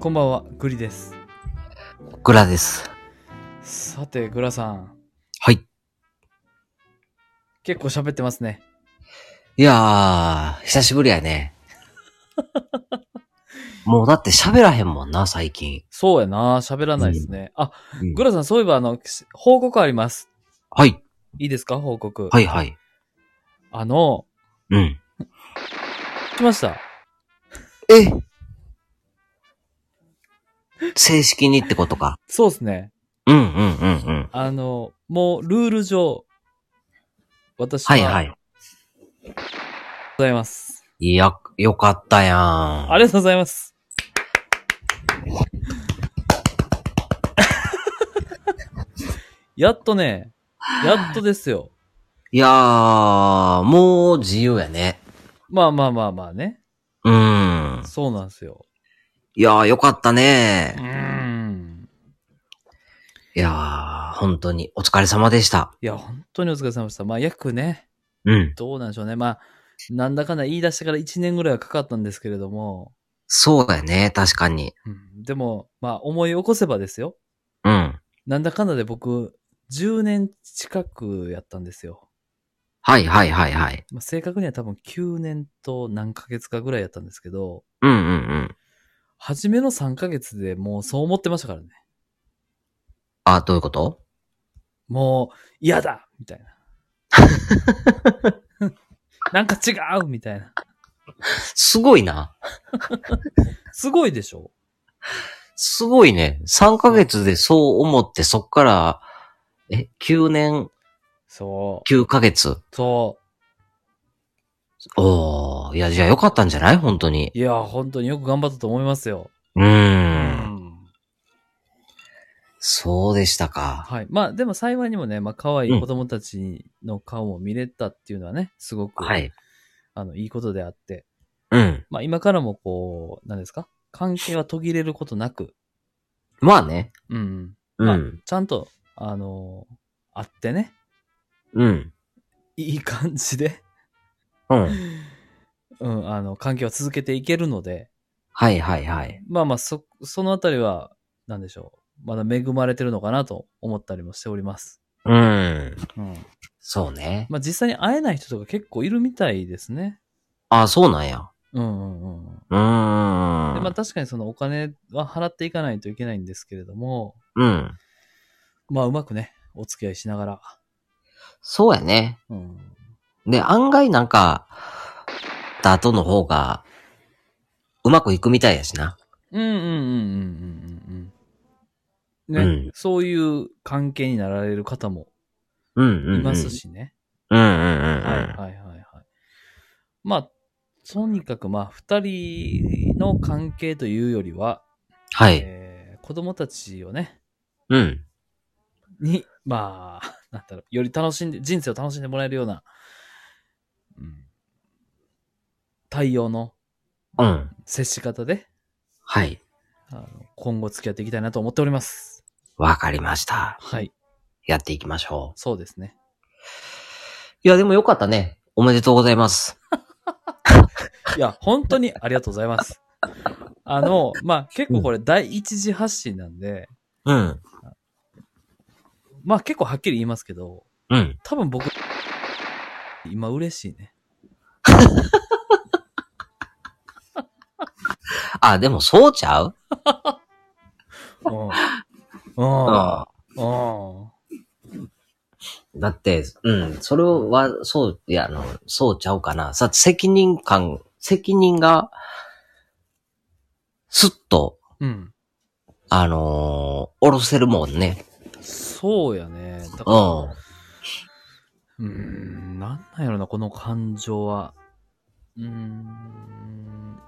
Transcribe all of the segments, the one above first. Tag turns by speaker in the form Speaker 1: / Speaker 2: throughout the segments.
Speaker 1: こんばんは、グリです。
Speaker 2: グラです。
Speaker 1: さて、グラさん、
Speaker 2: はい。
Speaker 1: 結構喋ってますね。
Speaker 2: いやー、久しぶりや ね。もうだって喋らへんもんな、最近。
Speaker 1: そうやな、喋らないですね。あ、
Speaker 2: うん
Speaker 1: グラさん、そういえば、あの、し報告あります。
Speaker 2: はい。
Speaker 1: いいですか、報告。
Speaker 2: はいはい。
Speaker 1: あの、
Speaker 2: うん。
Speaker 1: 来ました。
Speaker 2: え正式にってことか。
Speaker 1: そうですね。
Speaker 2: うんうんうんうん。
Speaker 1: あの、もう、ルール上、私は、
Speaker 2: はいはい。
Speaker 1: ございます。
Speaker 2: いや、よかったやん。
Speaker 1: ありがとうございます。やっとね、やっとですよ。
Speaker 2: いやー、もう自由やね。
Speaker 1: まあまあまあまあね。
Speaker 2: うん。
Speaker 1: そうなんですよ。
Speaker 2: いやー、よかった
Speaker 1: う
Speaker 2: ね。
Speaker 1: ーん。
Speaker 2: いやー、本当にお疲れ様でした。
Speaker 1: いや、本当にお疲れ様でした。まあ、約ね、
Speaker 2: うん。
Speaker 1: どうなんでしょうね。まあ、なんだかんだ言い出してから1年ぐらいはかかったんですけれども、
Speaker 2: そうやね、確かに。
Speaker 1: うんでも、まあ、思い起こせばですよ。
Speaker 2: うん。
Speaker 1: なんだかんだで僕、10年近くやったんですよ。
Speaker 2: はいはいはいはい。
Speaker 1: まあ、正確には多分9年と何ヶ月かぐらいやったんですけど、
Speaker 2: うんうんうん。
Speaker 1: 初めの3ヶ月でもうそう思ってましたからね。
Speaker 2: あ、どういうこと
Speaker 1: もう嫌だみ たいな。なんか違うみたいな。
Speaker 2: すごいな。
Speaker 1: すごいでしょ
Speaker 2: すごいね。3ヶ月でそう思って、そっから、え、9年
Speaker 1: そう。
Speaker 2: 9ヶ月。
Speaker 1: そ
Speaker 2: おー、いや、じゃあよかったんじゃない本当に
Speaker 1: う。。いや、本当によく頑張ったと思いますよ。
Speaker 2: う
Speaker 1: う
Speaker 2: ーん。。そうでしたか。
Speaker 1: はい。まあ、でも幸いにもね、まあ、可愛い子供たちの顔も見れたっていうのはね、すごく、
Speaker 2: はい。
Speaker 1: あの、いいことであって、
Speaker 2: うん。
Speaker 1: まあ、今からもこう、何ですか関係は途切れることなく、
Speaker 2: まあね。
Speaker 1: うん。
Speaker 2: う
Speaker 1: まあ
Speaker 2: ん。
Speaker 1: ちゃんと、あのー会ってね、
Speaker 2: うん。
Speaker 1: いい感じで、
Speaker 2: うん。
Speaker 1: うん、あの、関係は続けていけるので、
Speaker 2: はいはいはい。
Speaker 1: まあまあ、そ、そのあたりは、何でしょう。まだ恵まれてるのかなと思ったりもしております。
Speaker 2: うん。
Speaker 1: うん。
Speaker 2: そうね。
Speaker 1: まあ実際に会えない人とか結構いるみたいですね。
Speaker 2: あ、そうなんや。
Speaker 1: うんうんうん。
Speaker 2: うー
Speaker 1: でま
Speaker 2: ん。
Speaker 1: あ確かにそのお金は払っていかないといけないんですけれども、
Speaker 2: うん。
Speaker 1: まあうまくね、お付き合いしながら。
Speaker 2: そうやね。
Speaker 1: うん。
Speaker 2: で、案外なんか、だ後の方が、うまくいくみたいやしな。
Speaker 1: うんうんうんうんうんうん。ね、
Speaker 2: うん
Speaker 1: そういう関係になられる方も
Speaker 2: うんうん、
Speaker 1: います。しね。
Speaker 2: うんうんうん。
Speaker 1: はいはいはいはい。まあ、とにかくまあ二人の関係というよりは、
Speaker 2: はい。
Speaker 1: えー子供たちをね、
Speaker 2: うん。
Speaker 1: に、まあ、 なんだろう、より楽しんで、人生を楽しんでもらえるような、うん、対応の
Speaker 2: うん。
Speaker 1: 接し方で、
Speaker 2: はい。
Speaker 1: あの今後付き合っていきたいなと思っております。
Speaker 2: わかりました。
Speaker 1: はい、
Speaker 2: やっていきましょう。
Speaker 1: そうですね。
Speaker 2: いや、でもよかったね。おめでとうございます。
Speaker 1: いや、本当にありがとうございます。あの、まあ、結構これ第一次発信なんで、
Speaker 2: うん。
Speaker 1: まあ結構はっきり言いますけど、
Speaker 2: うん。
Speaker 1: 多分僕、今嬉しいね。
Speaker 2: あ、でもそうちゃう
Speaker 1: うん。
Speaker 2: あ
Speaker 1: うん。うん。
Speaker 2: だって、うん。それは、そう、いや、あの、そうちゃうかな。さ、責任感、責任が、すっと、
Speaker 1: うん。
Speaker 2: あのー、おろせるもんね。
Speaker 1: そうやね。だから、
Speaker 2: うん。
Speaker 1: うーん、なんなんやろな、この感情は。うーん。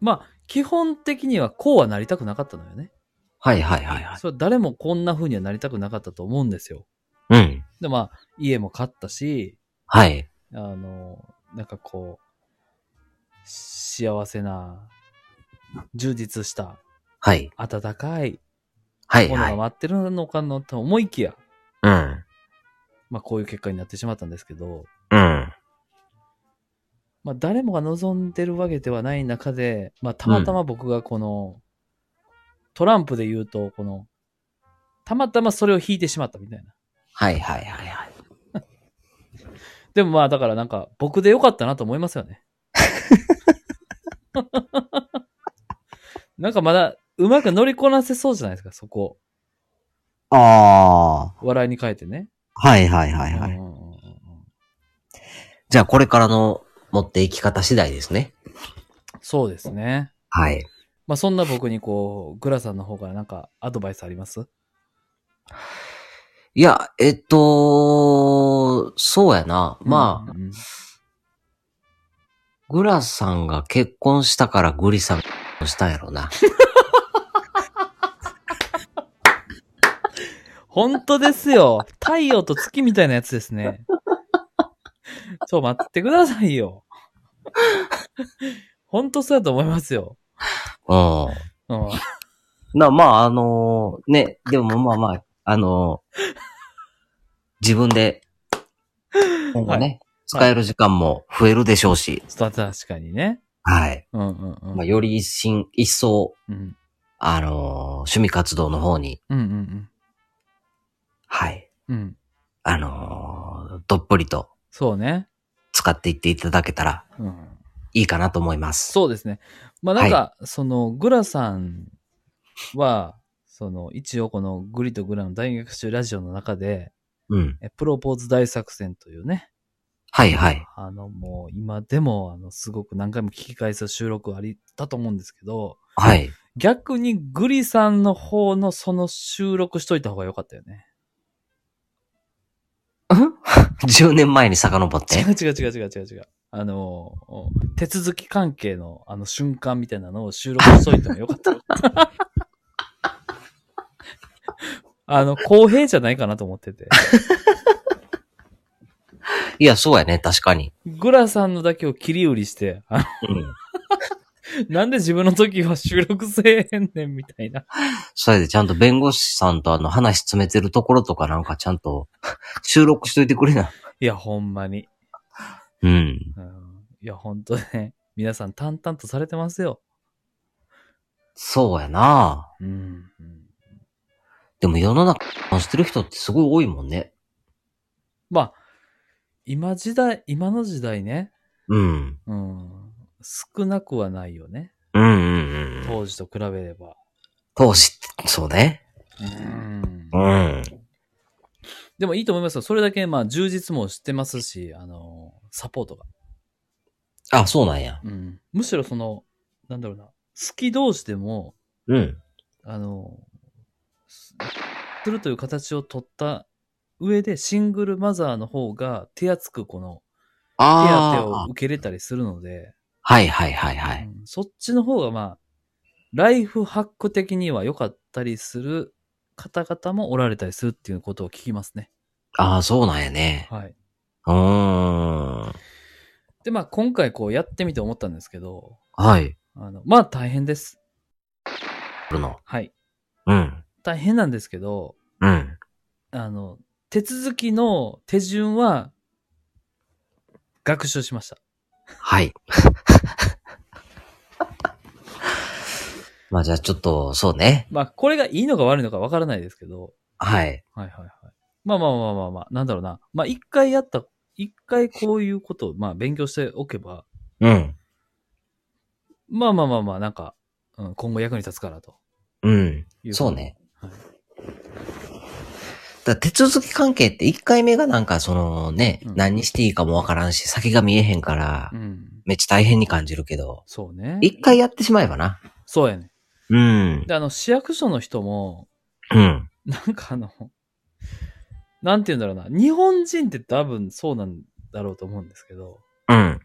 Speaker 1: まあ、基本的にはこうはなりたくなかったのよね。
Speaker 2: はいはいはいはい。
Speaker 1: それは誰もこんな風にはなりたくなかったと思うんですよ。
Speaker 2: うん。
Speaker 1: で、まあ、家も買ったし、
Speaker 2: はい。
Speaker 1: あの、なんかこう、幸せな、充実した、
Speaker 2: はい。
Speaker 1: 温かい
Speaker 2: は
Speaker 1: も
Speaker 2: い
Speaker 1: の
Speaker 2: は
Speaker 1: が
Speaker 2: い。
Speaker 1: 待ってるのかなと思いきや、
Speaker 2: うん。
Speaker 1: まあ、こういう結果になってしまったんですけど、
Speaker 2: うん。
Speaker 1: まあ、誰もが望んでるわけではない中で、まあ、たまたま僕がこの、トランプで言うと、この、たまたまそれを引いてしまったみたいな。
Speaker 2: はいはいはいはい。
Speaker 1: でもまあ、だからなんか、僕でよかったなと思いますよね。なんかまだ、うまく乗りこなせそうじゃないですか、そこ
Speaker 2: あ
Speaker 1: を。笑いに変えてね。
Speaker 2: あ。はいはいはいは
Speaker 1: う
Speaker 2: い。
Speaker 1: んうんうんうん
Speaker 2: じゃあこれからの持っていき方次第ですね。
Speaker 1: そうですね。
Speaker 2: はい。
Speaker 1: まあ、そんな僕にこう、グラさんの方からなんか、アドバイスあります
Speaker 2: いや、えっと、そうやな。まあ、
Speaker 1: うんうん
Speaker 2: グラさんが結婚したからグリさんが結婚したんやろう な。
Speaker 1: 本当です よ。太陽と月みたいなやつですね。ちょ、待ってくださいよ。本当そうだと思いますよ。
Speaker 2: う
Speaker 1: う
Speaker 2: ん。
Speaker 1: ん。
Speaker 2: な、まあ、あのーね、でもまあまあ、あのー自分で、今後ね、使える時間も増えるでしょうし、
Speaker 1: ちょっと確かにね。
Speaker 2: はい。
Speaker 1: うんうんうん。
Speaker 2: まあ、より一新、一層、
Speaker 1: うん
Speaker 2: あのー趣味活動の方に、
Speaker 1: うんうん
Speaker 2: はい。
Speaker 1: うん。うん。
Speaker 2: あのーどっぷりと
Speaker 1: そうね。
Speaker 2: 使っていっていただけたら
Speaker 1: うん。
Speaker 2: いいかなと思います。
Speaker 1: そうですね。まあなんか、その、グラさんは、その、一応このグリとグラの大学習ラジオの中で、
Speaker 2: うん。
Speaker 1: えプロポーズ大作戦というね、
Speaker 2: はいはい。
Speaker 1: あのもう今でも、あの、すごく何回も聞き返す収録ありだと思うんですけど、
Speaker 2: はい。
Speaker 1: 逆にグリさんの方のその収録しといた方が良かったよね。
Speaker 2: 10年前に遡っ
Speaker 1: 違
Speaker 2: て。
Speaker 1: う違う違う違う違う違う。あの、手続き関係のあの瞬間みたいなのを収録しといてもよかった。あの、公平じゃないかなと思ってて。
Speaker 2: いや、そうやね、確かに。
Speaker 1: グラさんのだけを切り売りして、あ
Speaker 2: うん。
Speaker 1: なんで自分の時は収録せえへんねんみたいな。
Speaker 2: それでちゃんと弁護士さんとあの話詰めてるところとかなんかちゃんと収録しといてくれな。
Speaker 1: いや、ほんまに。
Speaker 2: うん。
Speaker 1: うん、いや、ほんとね。 皆さん淡々とされてますよ。
Speaker 2: そうやな
Speaker 1: うん。
Speaker 2: でも世の中してる人ってすごい多いもんね。
Speaker 1: まあ、今時代、今の時代ね、
Speaker 2: うん。
Speaker 1: うん、少なくはないよね。
Speaker 2: うんうんうん。
Speaker 1: 当時と比べれば。
Speaker 2: 投資って、そうね。
Speaker 1: うん
Speaker 2: うん。
Speaker 1: でもいいと思いますよ。それだけ、まあ、充実もしてますし、あの、サポートが。
Speaker 2: あ、そうなんや。
Speaker 1: うんむしろその、なんだろうな、好き同士でも、
Speaker 2: うん。
Speaker 1: あの、すするという形を取った上で、シングルマザーの方が手厚くこの、手当
Speaker 2: あ
Speaker 1: を
Speaker 2: あ。
Speaker 1: 受けれたりするので、
Speaker 2: はいはいはいはい。
Speaker 1: うんそっちの方がまあ、ライフハック的には良かったりする方々もおられたりするっていうことを聞きますね。
Speaker 2: ああ、そうなんやね。
Speaker 1: はい。
Speaker 2: うーん。
Speaker 1: で、まあ今回こうやってみて思ったんですけど、
Speaker 2: はい。
Speaker 1: あの、まあ大変です。
Speaker 2: あるの。
Speaker 1: はい。
Speaker 2: うん。
Speaker 1: 大変なんですけど、
Speaker 2: うん。
Speaker 1: あの、手続きの手順は、学習しました。
Speaker 2: はい。 まあじゃあちょっと、そうね。
Speaker 1: まあこれがいいのか悪いのかわからないですけど、
Speaker 2: はい。
Speaker 1: はいはいはい。まあまあまあまあまあ、なんだろうな。まあ一回やった、一回こういうことを、まあ勉強しておけば、
Speaker 2: うん。
Speaker 1: まあまあまあまあ、なんか、うん、今後役に立つからと
Speaker 2: うん。
Speaker 1: いう。
Speaker 2: そう。ね。
Speaker 1: はい
Speaker 2: だから手続き関係って1回目がなんかそのね、
Speaker 1: うん
Speaker 2: 何にしていいかもわからんし、先が見えへんから
Speaker 1: う、ん。
Speaker 2: めっちゃ大変に感じるけど、
Speaker 1: そうね。
Speaker 2: 1回やってしまえばな。
Speaker 1: そうやね。
Speaker 2: うん。
Speaker 1: で、あの、市役所の人も、
Speaker 2: うん。
Speaker 1: なんかあの、なんて言うんだろうな。日本人って多分そうなんだろうと思うんですけど、
Speaker 2: うん。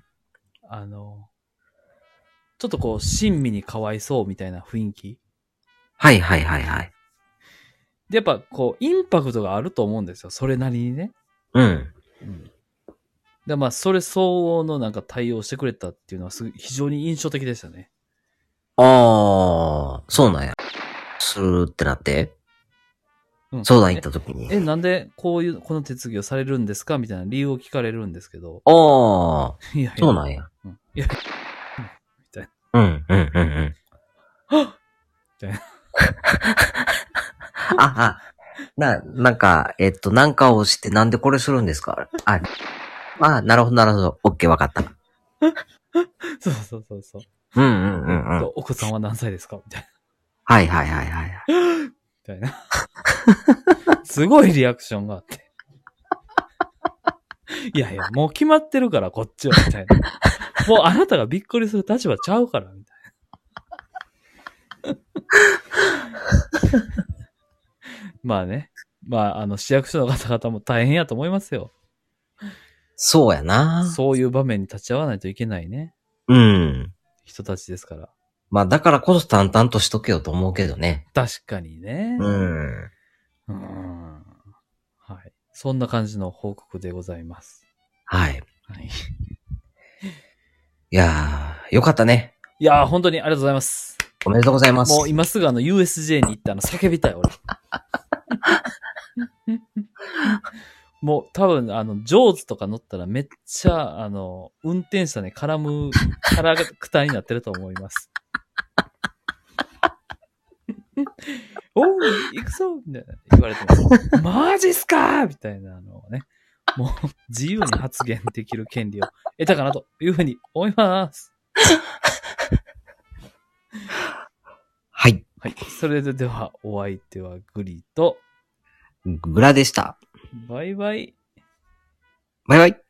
Speaker 1: あの、ちょっとこう、親身にかわいそうみたいな雰囲気。
Speaker 2: はいはいはいはい。
Speaker 1: で、やっぱこう、インパクトがあると思うんですよ。それなりにね。
Speaker 2: うん。
Speaker 1: で、まあ、それ相応のなんか対応してくれたっていうのはすごい、非常に印象的でしたね。
Speaker 2: ああ、そうなんや。するってなって、
Speaker 1: うん、
Speaker 2: 相談行った時に。
Speaker 1: え、なんでこういう、この手続きをされるんですかみたいな理由を聞かれるんですけど。
Speaker 2: ああ、
Speaker 1: いやいや。
Speaker 2: そうなんや。
Speaker 1: うんいや、
Speaker 2: うん、うん、うん、うん。
Speaker 1: みたいな
Speaker 2: あ、あ、な、なんか、えっと、なんかをしてなんでこれするんですかあ、あ、なるほど、なるほど。オッケー、わかった。
Speaker 1: そうそうそうそう。
Speaker 2: うんうんうんうん。
Speaker 1: お子さんは何歳ですかみたい
Speaker 2: はいはいはいはい。
Speaker 1: な。みたいな。すごいリアクションがあって。いやいや、もう決まってるから、こっちは、みたいな。もうあなたがびっくりする立場ちゃうから、みたいな。まあね。まあ、あの、市役所の方々も大変やと思いますよ。
Speaker 2: そうやな。
Speaker 1: そういう場面に立ち会わないといけないね。
Speaker 2: うん。
Speaker 1: 人たちですから。
Speaker 2: まあ、だからこそ淡々としとけよと思うけどね。
Speaker 1: 確かにね。
Speaker 2: うん。
Speaker 1: うーんはい。そんな感じの報告でございます。
Speaker 2: はい。
Speaker 1: はい。
Speaker 2: いやー、よかったね。
Speaker 1: いやー、本当にありがとうございます。
Speaker 2: おめでとうございます。
Speaker 1: もう今すぐあの USJ に行ってあの叫びたい、 俺。もう多分あの、ジョーズとか乗ったらめっちゃあの、運転手さんに絡むキャラクターになってると思います。おう、行くぞみたいな言われてます。マジっすかみたいなのをね。もう自由に発言できる権利を得たかなというふうに思います。
Speaker 2: はい。
Speaker 1: はい。それではお相手はグリーと
Speaker 2: グラでした。
Speaker 1: バイバイ。
Speaker 2: バイバイ。